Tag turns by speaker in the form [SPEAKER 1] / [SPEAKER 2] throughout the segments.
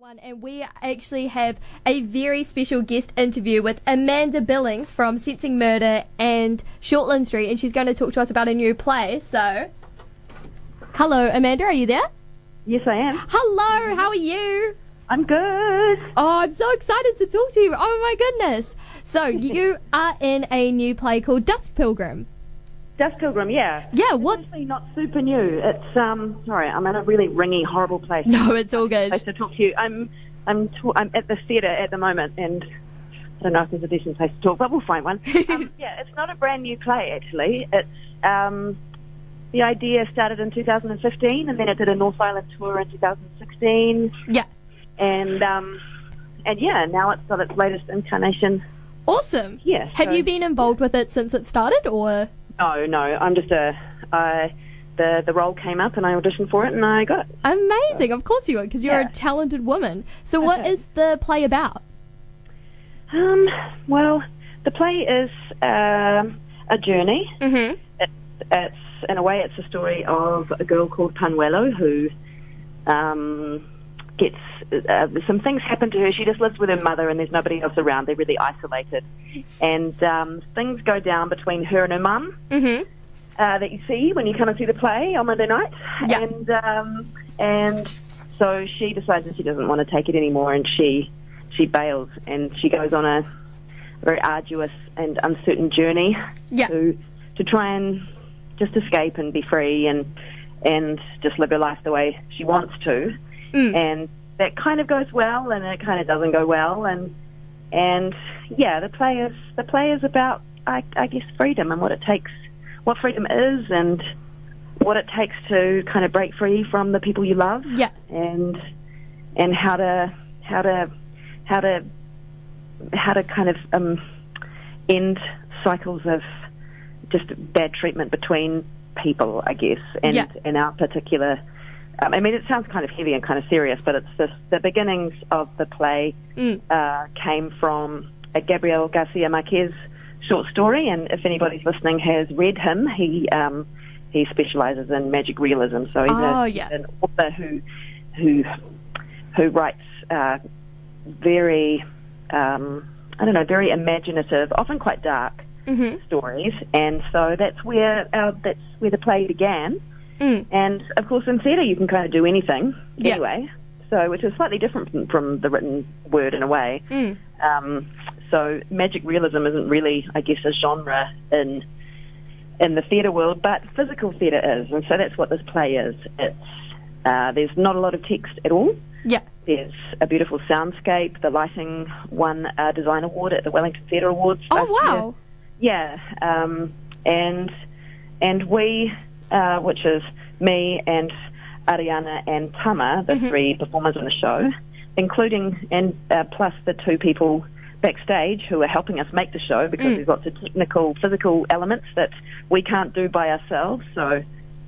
[SPEAKER 1] everyone, and we actually have a very special guest interview with Amanda Billings from Sensing Murder and Shortland Street, and she's going to talk to us about a new play. So, hello, Amanda, are you there?
[SPEAKER 2] Yes, I am.
[SPEAKER 1] Hello, how are you?
[SPEAKER 2] I'm good.
[SPEAKER 1] Oh, I'm so excited to talk to you. Oh my goodness. So, you are in a new play called Dust Pilgrim.
[SPEAKER 2] Dust Pilgrim, yeah.
[SPEAKER 1] Yeah, what?
[SPEAKER 2] It's actually not super new. It's um, sorry, I'm in a really ringy, horrible place.
[SPEAKER 1] No, it's all good.
[SPEAKER 2] Place to talk to you. I'm, I'm, t- I'm at the theatre at the moment, and I don't know if there's a decent place to talk, but we'll find one. um, yeah, it's not a brand new play actually. It's um, the idea started in 2015, and then it did a North Island tour in 2016,
[SPEAKER 1] Yeah.
[SPEAKER 2] and um, and yeah, now it's got its latest incarnation.
[SPEAKER 1] Awesome.
[SPEAKER 2] Yeah,
[SPEAKER 1] Have
[SPEAKER 2] so-
[SPEAKER 1] you been involved with it since it started, or?
[SPEAKER 2] No, no. I'm just a. I the the role came up and I auditioned for it and I got. It.
[SPEAKER 1] Amazing. Of course you would, because you're
[SPEAKER 2] Yeah.
[SPEAKER 1] a talented woman. So, what
[SPEAKER 2] Okay.
[SPEAKER 1] is the play about?
[SPEAKER 2] Um. Well, the play is um, a journey.
[SPEAKER 1] Mm-hmm.
[SPEAKER 2] It's, it's in a way, it's the story of a girl called Panuelo who um, gets uh, some things happen to her. She just lives with her mother and there's nobody else around. They're really isolated, and um, things go down between her and her mum.
[SPEAKER 1] Mm-hmm.
[SPEAKER 2] uh, that you see when you come and see the play on Monday night.
[SPEAKER 1] Yeah.
[SPEAKER 2] And um, and so she decides that she doesn't want to take it anymore, and she she bails and she goes on a very arduous and uncertain journey
[SPEAKER 1] Yeah.
[SPEAKER 2] to to try and just escape and be free and and just live her life the way she wants to.
[SPEAKER 1] Mm.
[SPEAKER 2] And that kind of goes well, and it kind of doesn't go well, and and yeah, the play is the play is about I, I guess freedom and what it takes, what freedom is, and what it takes to kind of break free from the people you love,
[SPEAKER 1] Yeah.
[SPEAKER 2] and and how to how to how to how to kind of um, end cycles of just bad treatment between people, I guess, and
[SPEAKER 1] Yeah.
[SPEAKER 2] in our particular. Um, I mean, it sounds kind of heavy and kind of serious, but it's just the beginnings of the play
[SPEAKER 1] Mm.
[SPEAKER 2] uh, came from a Gabriel Garcia Marquez short story, and if anybody's listening has read him, he um, he specialises in magic realism, so he's a-
[SPEAKER 1] Oh, yeah.
[SPEAKER 2] an author who who who writes uh, very um, I don't know very imaginative, often quite dark
[SPEAKER 1] Mm-hmm.
[SPEAKER 2] stories, and so that's where our, that's where the play began.
[SPEAKER 1] Mm.
[SPEAKER 2] And of course, in theatre, you can kind of do anything
[SPEAKER 1] Yeah.
[SPEAKER 2] anyway. So, which is slightly different from, from the written word in a way.
[SPEAKER 1] Mm.
[SPEAKER 2] Um, so, magic realism isn't really, I guess, a genre in in the theatre world, but physical theatre is, and so that's what this play is. It's uh, there's not a lot of text at all.
[SPEAKER 1] Yeah.
[SPEAKER 2] There's a beautiful soundscape. The lighting won a design award at the Wellington Theatre Awards.
[SPEAKER 1] Oh,
[SPEAKER 2] last year.
[SPEAKER 1] wow.
[SPEAKER 2] Yeah, um, and and we, uh, which is me and Ariana and Tama, the three performers on the show, including and uh, plus the two people backstage who are helping us make the show because there's lots of technical, physical elements that we can't do by ourselves. So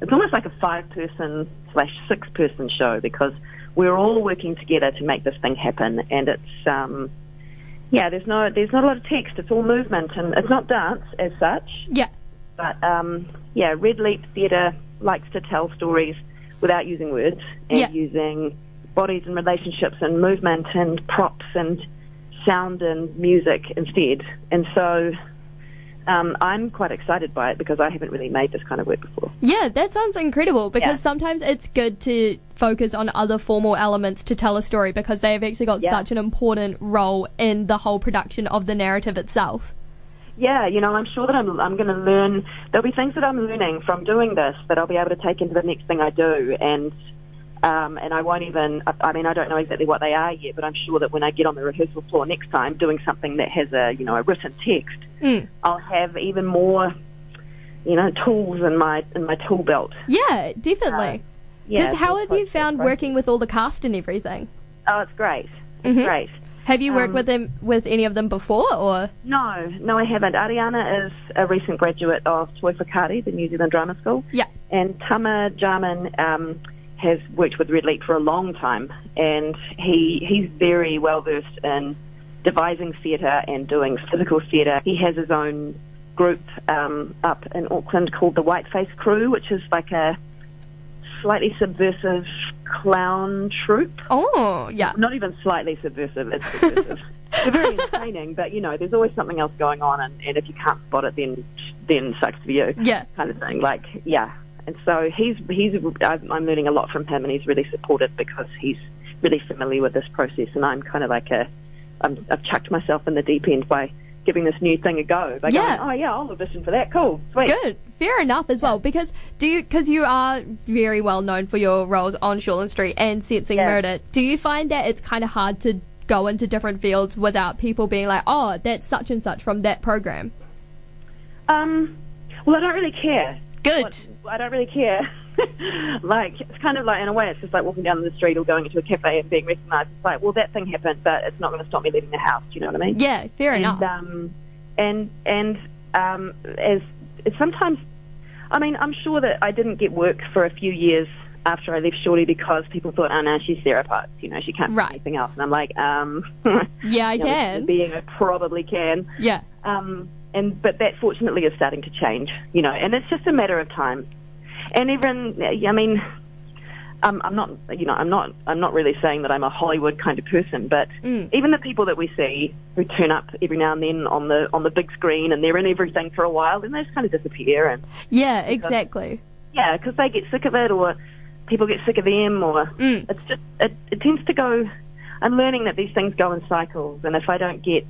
[SPEAKER 2] it's almost like a five-person slash six-person show because we're all working together to make this thing happen, and it's. Um, yeah, there's no there's not a lot of text. It's all movement, and it's not dance as such.
[SPEAKER 1] Yeah.
[SPEAKER 2] But um, yeah, Red Leap Theatre likes to tell stories without using words and
[SPEAKER 1] Yeah.
[SPEAKER 2] using bodies and relationships and movement and props and sound and music instead. And so um, I'm quite excited by it because I haven't really made this kind of work before.
[SPEAKER 1] Yeah, that sounds incredible because
[SPEAKER 2] Yeah.
[SPEAKER 1] sometimes it's good to focus on other formal elements to tell a story because they have actually got
[SPEAKER 2] Yeah.
[SPEAKER 1] such an important role in the whole production of the narrative itself.
[SPEAKER 2] yeah, you know, I'm sure that I'm, I'm going to learn. There'll be things that I'm learning from doing this that I'll be able to take into the next thing I do, and um, and I won't even. I, I mean, I don't know exactly what they are yet, but I'm sure that when I get on the rehearsal floor next time, doing something that has a you know a written text,
[SPEAKER 1] Mm.
[SPEAKER 2] I'll have even more, you know, tools in my in my tool belt.
[SPEAKER 1] Yeah, definitely.
[SPEAKER 2] Uh, Yeah,
[SPEAKER 1] Because how
[SPEAKER 2] so
[SPEAKER 1] have
[SPEAKER 2] it's
[SPEAKER 1] you
[SPEAKER 2] quite-
[SPEAKER 1] found
[SPEAKER 2] it's quite-
[SPEAKER 1] working with all the cast and everything?
[SPEAKER 2] Oh, it's great. It's
[SPEAKER 1] Mhm.
[SPEAKER 2] great.
[SPEAKER 1] Have you worked
[SPEAKER 2] Um,
[SPEAKER 1] with them with any of them before or?
[SPEAKER 2] No, no, I haven't. Ariana is a recent graduate of Toi Whakari, the New Zealand Drama School.
[SPEAKER 1] Yeah.
[SPEAKER 2] And Tama Jarman um, has worked with Red Leap for a long time, and he he's very well versed in devising theatre and doing physical theatre. He has his own group um, up in Auckland called the Whiteface Crew, which is like a slightly subversive clown troupe.
[SPEAKER 1] Oh, yeah.
[SPEAKER 2] Not even slightly subversive, it's subversive. They're very entertaining, but you know, there's always something else going on, and, and if you can't spot it, then then sucks for you.
[SPEAKER 1] Yeah.
[SPEAKER 2] kind of thing. Like, yeah. And so he's he's I've- I'm learning a lot from him, and he's really supportive because he's really familiar with this process, and I'm kind of like a I'm, I've chucked myself in the deep end by giving this new thing a go. By
[SPEAKER 1] Yeah.
[SPEAKER 2] going, oh yeah, I'll audition for that. Cool, sweet.
[SPEAKER 1] Good. Fair enough as well, because do you because you are very well known for your roles on Shortland Street and Sensing
[SPEAKER 2] Yeah.
[SPEAKER 1] Murder. Do you find that it's kind of hard to go into different fields without people being like, "Oh, that's such and such from that program"?
[SPEAKER 2] Um, well, I don't really care.
[SPEAKER 1] Good.
[SPEAKER 2] What- I don't really care. like, it's kind of like, in a way, it's just like walking down the street or going into a cafe and being recognised. It's like, well, that thing happened, but it's not going to stop me leaving the house. Do you know what I mean?
[SPEAKER 1] Yeah, fair enough.
[SPEAKER 2] and um, and and um, as it's sometimes, I mean, I'm sure that I didn't get work for a few years after I left Shorty because people thought, oh no, she's Sarah Potts, you know, she can't
[SPEAKER 1] Right.
[SPEAKER 2] do anything else. And I'm like, um,
[SPEAKER 1] yeah, I
[SPEAKER 2] you know,
[SPEAKER 1] can.
[SPEAKER 2] being I probably can.
[SPEAKER 1] yeah,
[SPEAKER 2] Um, and but that fortunately is starting to change, you know, and it's just a matter of time. And even, I mean, um, I'm not, you know, I'm not, I'm not really saying that I'm a Hollywood kind of person, but even the people that we see who turn up every now and then on the on the big screen and they're in everything for a while, then they just kind of disappear, and
[SPEAKER 1] yeah, exactly.
[SPEAKER 2] yeah, because they get sick of it, or people get sick of them, or
[SPEAKER 1] Mm.
[SPEAKER 2] it's just it, it tends to go. I'm learning that these things go in cycles, and if I don't get,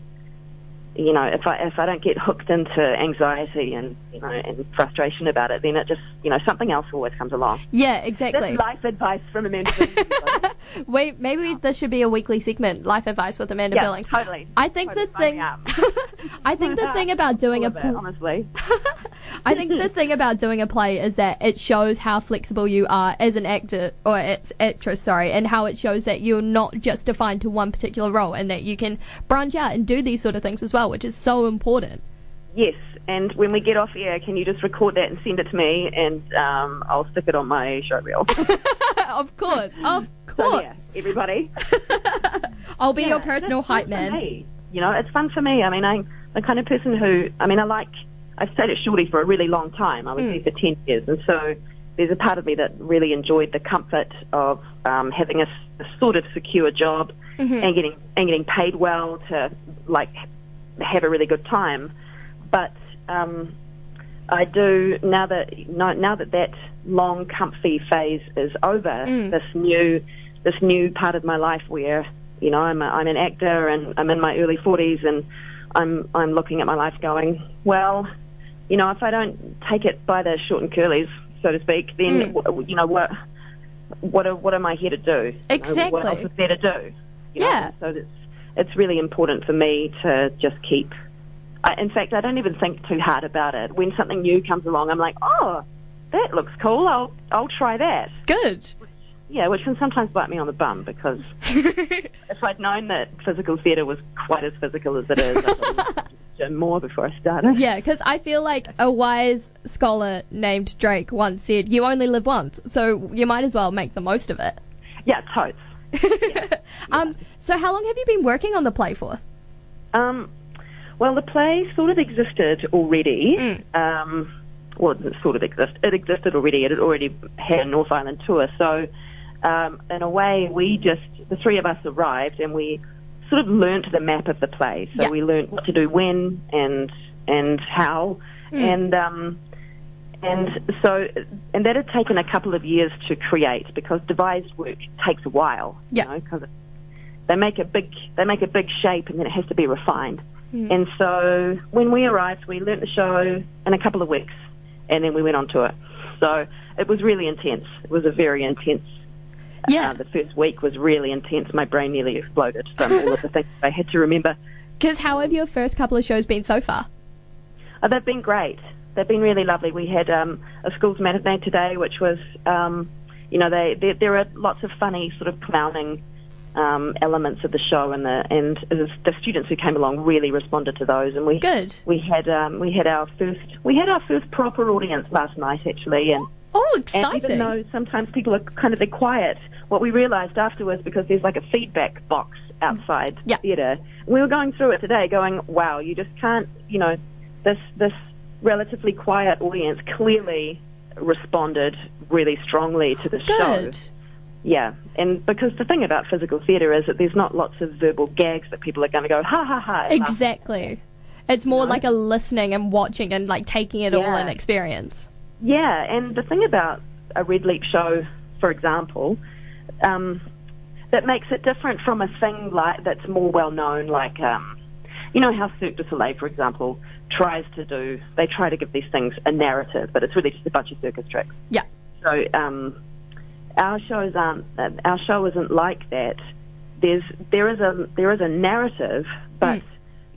[SPEAKER 2] you know, if I if I don't get hooked into anxiety and you know and frustration about it, then it just you know something else always comes along.
[SPEAKER 1] Yeah,
[SPEAKER 2] That's
[SPEAKER 1] exactly.
[SPEAKER 2] life advice from Amanda. Billings.
[SPEAKER 1] Wait, maybe this should be a weekly segment, life advice with Amanda
[SPEAKER 2] yeah,
[SPEAKER 1] Billings.
[SPEAKER 2] totally.
[SPEAKER 1] I think
[SPEAKER 2] Totally,
[SPEAKER 1] the thing,
[SPEAKER 2] sign me up.
[SPEAKER 1] I think the thing about doing
[SPEAKER 2] All
[SPEAKER 1] a,
[SPEAKER 2] of it,
[SPEAKER 1] pl-
[SPEAKER 2] honestly.
[SPEAKER 1] I think the thing about doing a play is that it shows how flexible you are as an actor or as actress, sorry, and how it shows that you're not just defined to one particular role and that you can branch out and do these sort of things as well, which is so important.
[SPEAKER 2] Yes, and when we get off air, can you just record that and send it to me, and um, I'll stick it on my show reel. so
[SPEAKER 1] of course, of course.
[SPEAKER 2] yeah, everybody,
[SPEAKER 1] I'll be your
[SPEAKER 2] Yeah,
[SPEAKER 1] personal
[SPEAKER 2] that's fun
[SPEAKER 1] hype
[SPEAKER 2] for
[SPEAKER 1] man.
[SPEAKER 2] me. You know, it's fun for me. I mean, I'm the kind of person who, I mean, I like. I've stayed at Shorty for a really long time. I was there for ten years, and so there's a part of me that really enjoyed the comfort of um, having a, s- a sort of secure job and getting and getting paid well to like have a really good time. But um, I do now that now, now that that long comfy phase is over. This new this new part of my life where you know I'm a, I'm an actor and I'm in my early 40s and I'm I'm looking at my life going well. You know if I don't take it by the short and curlies so to speak, then w- you know what what are, what am I here to do? You know,
[SPEAKER 1] Exactly.
[SPEAKER 2] what else is there to do? You know,
[SPEAKER 1] Yeah.
[SPEAKER 2] So it's it's really important for me to just keep. I, in fact, I don't even think too hard about it. When something new comes along, I'm like, oh, that looks cool. I'll I'll try that.
[SPEAKER 1] Good.
[SPEAKER 2] Yeah, which can sometimes bite me on the bum because if I'd known that physical theatre was quite as physical as it is, I would have done more before I started.
[SPEAKER 1] Yeah, because I feel like a wise scholar named Drake once said, "You only live once, so you might as well make the most of it."
[SPEAKER 2] Yeah, totes.
[SPEAKER 1] Um, so how long have you been working on the play for?
[SPEAKER 2] Um, well, the play sort of existed already.
[SPEAKER 1] Mm.
[SPEAKER 2] Um, well, it didn't sort of exist. It existed already. It had already had a North Island tour. So, um, in a way, we just the three of us arrived and we sort of learnt the map of the play. So
[SPEAKER 1] Yeah.
[SPEAKER 2] we learnt what to do when and and how
[SPEAKER 1] Mm.
[SPEAKER 2] and. Um, and so, and that had taken a couple of years to create because devised work takes a while.
[SPEAKER 1] Yeah.
[SPEAKER 2] You know, 'cause it they make a big they make a big shape and then it has to be refined. And so when we arrived, we learnt the show in a couple of weeks, and then we went on tour. So it was really intense. It was a very intense.
[SPEAKER 1] Yeah.
[SPEAKER 2] Uh, the first week was really intense. My brain nearly exploded from all of the things I had to remember.
[SPEAKER 1] Because how have your first couple of shows been so far?
[SPEAKER 2] Oh, they've been great. They've been really lovely. We had um, a school's matinee today, which was, um, you know, they, they, there are lots of funny sort of clowning um, elements of the show, and the and the the students who came along really responded to those. And we
[SPEAKER 1] Good.
[SPEAKER 2] we had um, we had our first we had our first proper audience last night actually, and
[SPEAKER 1] Oh,
[SPEAKER 2] and
[SPEAKER 1] exciting!
[SPEAKER 2] even though sometimes people are kind of they're quiet, what we realised afterwards because there's like a feedback box outside
[SPEAKER 1] Yeah.
[SPEAKER 2] the theatre. We were going through it today, going, "Wow, you just can't." You know, this this relatively quiet audience clearly responded really strongly to the show.
[SPEAKER 1] Good.
[SPEAKER 2] Yeah, and because the thing about physical theatre is that there's not lots of verbal gags that people are going to go ha ha ha. and laugh.
[SPEAKER 1] Exactly. It's more like a listening and watching and like taking it all
[SPEAKER 2] Yeah.
[SPEAKER 1] in experience.
[SPEAKER 2] Yeah, and the thing about a Red Leap show, for example, um, that makes it different from a thing like that's more well known, like um, you know how Cirque du Soleil, for example, tries to do. They try to give these things a narrative, but it's really just a bunch of circus tricks.
[SPEAKER 1] Yeah.
[SPEAKER 2] So um, our shows aren't. Uh, our show isn't like that. There's there is a there is a narrative, but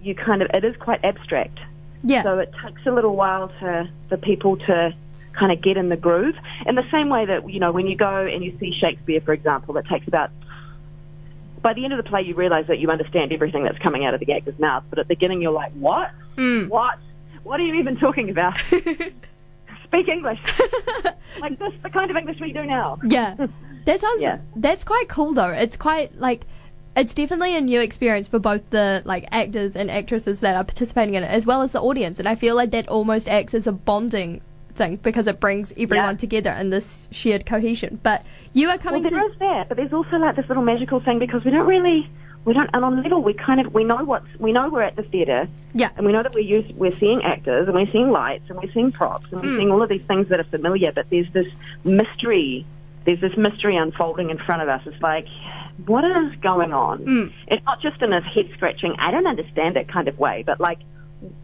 [SPEAKER 2] you kind of it is quite abstract.
[SPEAKER 1] Yeah.
[SPEAKER 2] So it takes a little while to for people to kind of get in the groove. In the same way that you know when you go and you see Shakespeare, for example, it takes about by the end of the play you realise that you understand everything that's coming out of the actor's mouth, but at the beginning you're like, what? What? What are you even talking about? Speak English. like this, the kind of English we do now.
[SPEAKER 1] yeah. That sounds
[SPEAKER 2] Yeah.
[SPEAKER 1] that's quite cool though. It's quite like it's definitely a new experience for both the like actors and actresses that are participating in it as well as the audience and I feel like that almost acts as a bonding thing because it brings everyone together in this shared cohesion. But you are
[SPEAKER 2] Well,
[SPEAKER 1] coming
[SPEAKER 2] there
[SPEAKER 1] to
[SPEAKER 2] is that, but there's also like this little magical thing because we don't really, we don't, and on level we kind of, we know what's, we know we're at the theatre,
[SPEAKER 1] Yeah.
[SPEAKER 2] and we know that we're use, we're seeing actors and we're seeing lights and we're seeing props and
[SPEAKER 1] Hmm.
[SPEAKER 2] we're seeing all of these things that are familiar, but there's this mystery, there's this mystery unfolding in front of us. It's like, what is going on?
[SPEAKER 1] Hmm.
[SPEAKER 2] It's not just in a head scratching, I don't understand it kind of way, but like,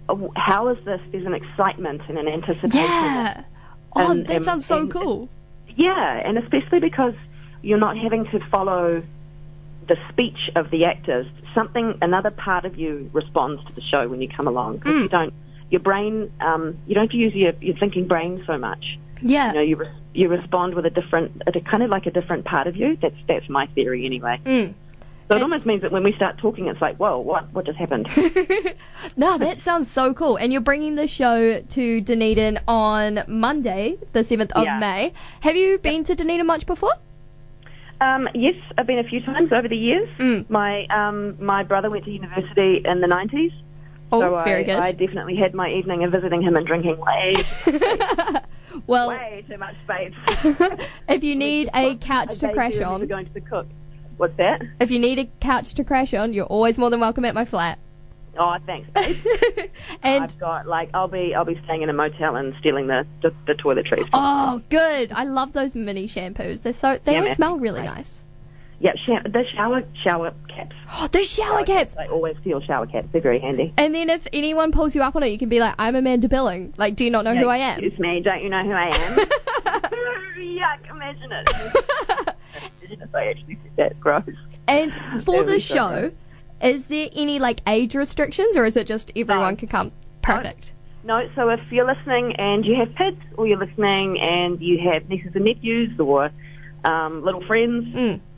[SPEAKER 2] w- how is this? There's an excitement and an anticipation.
[SPEAKER 1] Yeah. Oh,
[SPEAKER 2] And,
[SPEAKER 1] that
[SPEAKER 2] um,
[SPEAKER 1] sounds so
[SPEAKER 2] and-
[SPEAKER 1] cool.
[SPEAKER 2] Yeah, and especially because you're not having to follow the speech of the actors. Something, another part of you responds to the show when you come along 'cause you don't, your brain, um, you don't have to use your, your thinking brain so much.
[SPEAKER 1] Yeah.
[SPEAKER 2] You know, you, re- you respond with a different, a, kind of like a different part of you. That's that's my theory anyway. So it almost means that when we start talking, it's like, whoa, what what just happened?
[SPEAKER 1] No, that sounds so cool. And you're bringing the show to Dunedin on Monday, the 7th of
[SPEAKER 2] Yeah.
[SPEAKER 1] May. Have you been to Dunedin much before?
[SPEAKER 2] Um, yes, I've been a few times over the years. My um, my brother went to university in the nineties.
[SPEAKER 1] Oh,
[SPEAKER 2] so
[SPEAKER 1] very
[SPEAKER 2] I,
[SPEAKER 1] good.
[SPEAKER 2] I definitely had my evening of visiting him and drinking way,
[SPEAKER 1] well,
[SPEAKER 2] way too much space.
[SPEAKER 1] if you need a couch to
[SPEAKER 2] Daisy
[SPEAKER 1] crash
[SPEAKER 2] remembers
[SPEAKER 1] on,
[SPEAKER 2] Going to the cook. What's that?
[SPEAKER 1] if you need a couch to crash on, you're always more than welcome at my flat.
[SPEAKER 2] Oh, thanks. babe.
[SPEAKER 1] And
[SPEAKER 2] I've got like I'll be I'll be staying in a motel and stealing the the, the toiletries.
[SPEAKER 1] oh, good. I love those mini shampoos. They're so they
[SPEAKER 2] Yeah,
[SPEAKER 1] all
[SPEAKER 2] man.
[SPEAKER 1] smell really
[SPEAKER 2] Right.
[SPEAKER 1] nice.
[SPEAKER 2] Yeah, shower, the shower shower caps.
[SPEAKER 1] Oh, the shower caps.
[SPEAKER 2] I always steal shower caps. They're very handy.
[SPEAKER 1] And then if anyone pulls you up on it, you can be like, "I'm Amanda Billing." Like, do you not know who I am?
[SPEAKER 2] Excuse me. Don't you know who I am? Yuck! Imagine it. imagine if I actually said that. Gross.
[SPEAKER 1] And for
[SPEAKER 2] Every
[SPEAKER 1] the show,
[SPEAKER 2] Sunday.
[SPEAKER 1] is there any like age restrictions, or is it just everyone
[SPEAKER 2] No.
[SPEAKER 1] can come? Perfect.
[SPEAKER 2] No, so if you're listening and you have kids, or you're listening and you have nieces and nephews, or um, little friends,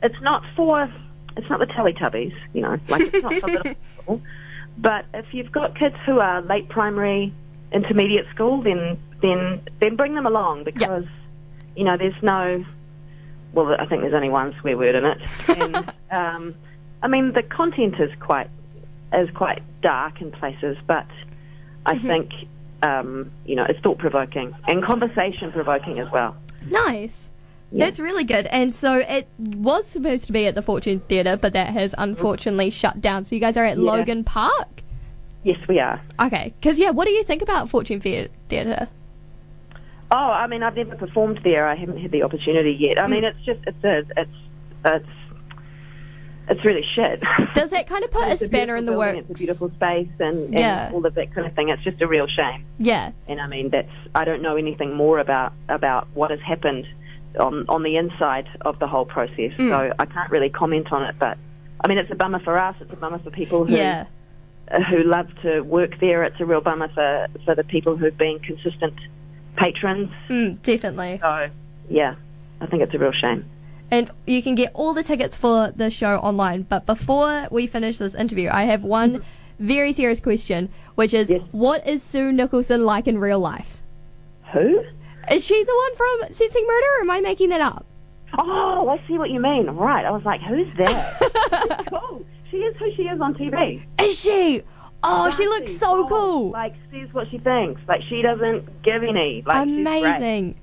[SPEAKER 2] it's not for it's not the Teletubbies, you know, like it's not for little people. But if you've got kids who are late primary, intermediate school, then then then bring them along because you know there's no well, I think there's only one swear word in it. And, um, I mean, the content is quite is quite dark in places, but I
[SPEAKER 1] Mm-hmm.
[SPEAKER 2] think um, you know it's thought provoking and conversation provoking as well.
[SPEAKER 1] Nice. That's really good. And so it was supposed to be at the Fortune Theatre, but that has unfortunately shut down. So you guys are at
[SPEAKER 2] Mm. Yeah.
[SPEAKER 1] Logan Park.
[SPEAKER 2] Yes, we are.
[SPEAKER 1] Okay. Because yeah, what do you think about Fortune Thea- Theatre?
[SPEAKER 2] Oh, I mean, I've never performed there. I haven't had the opportunity yet. I mean,
[SPEAKER 1] Mm.
[SPEAKER 2] it's just it's a, it's it's it's really shit.
[SPEAKER 1] Does that kind of put a
[SPEAKER 2] It's
[SPEAKER 1] spanner in the
[SPEAKER 2] beautiful
[SPEAKER 1] works?
[SPEAKER 2] building, It's a beautiful space and, and
[SPEAKER 1] Yeah.
[SPEAKER 2] all of that kind of thing. It's just a real shame.
[SPEAKER 1] Yeah.
[SPEAKER 2] And I mean, that's I don't know anything more about about what has happened on on the inside of the whole process,
[SPEAKER 1] Mm.
[SPEAKER 2] so I can't really comment on it. But I mean, it's a bummer for us. It's a bummer for people who
[SPEAKER 1] Yeah.
[SPEAKER 2] uh, who love to work there. It's a real bummer for for the people who've been consistent patrons.
[SPEAKER 1] Mm, definitely.
[SPEAKER 2] So yeah, I think it's a real shame.
[SPEAKER 1] And you can get all the tickets for the show online. But before we finish this interview, I have one very serious question, which is
[SPEAKER 2] Yes.
[SPEAKER 1] what is Sue Nicholson like in real life?
[SPEAKER 2] Who?
[SPEAKER 1] Is she the one from Sensing Murder or am I making that up?
[SPEAKER 2] Oh, I see what you mean. Right, I was like, who's that? cool. She is who she is on TV.
[SPEAKER 1] Is she? Oh, she looks
[SPEAKER 2] She's
[SPEAKER 1] so
[SPEAKER 2] bold,
[SPEAKER 1] cool.
[SPEAKER 2] Like says what she thinks. Like she doesn't give any. Like she's great.
[SPEAKER 1] Amazing.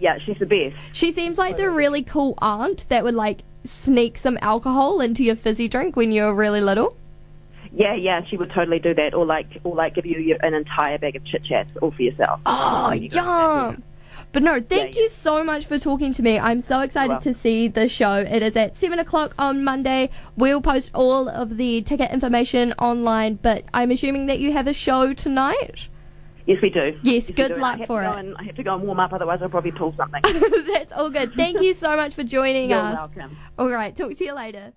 [SPEAKER 2] Yeah, she's the best.
[SPEAKER 1] She seems like the really cool aunt that would like sneak some alcohol into your fizzy drink when you're really little.
[SPEAKER 2] Yeah, yeah, she would totally do that, or like, or like give you your- an entire bag of chit chats all for yourself.
[SPEAKER 1] Oh,
[SPEAKER 2] You got that,
[SPEAKER 1] yum. But no, thank
[SPEAKER 2] yeah.
[SPEAKER 1] you so much for talking to me. I'm so excited to
[SPEAKER 2] welcome.
[SPEAKER 1] see the show. It is at 7 o'clock on Monday. We'll post all of the ticket information online, but I'm assuming that you have a show tonight.
[SPEAKER 2] Yes, we do.
[SPEAKER 1] Yes,
[SPEAKER 2] we
[SPEAKER 1] good
[SPEAKER 2] do, and I
[SPEAKER 1] luck
[SPEAKER 2] have to
[SPEAKER 1] for
[SPEAKER 2] go
[SPEAKER 1] it.
[SPEAKER 2] And I have to go and warm up, otherwise I'll probably pull something.
[SPEAKER 1] That's all good. Thank you so much for joining
[SPEAKER 2] You're
[SPEAKER 1] us.
[SPEAKER 2] welcome.
[SPEAKER 1] All right, talk to you later.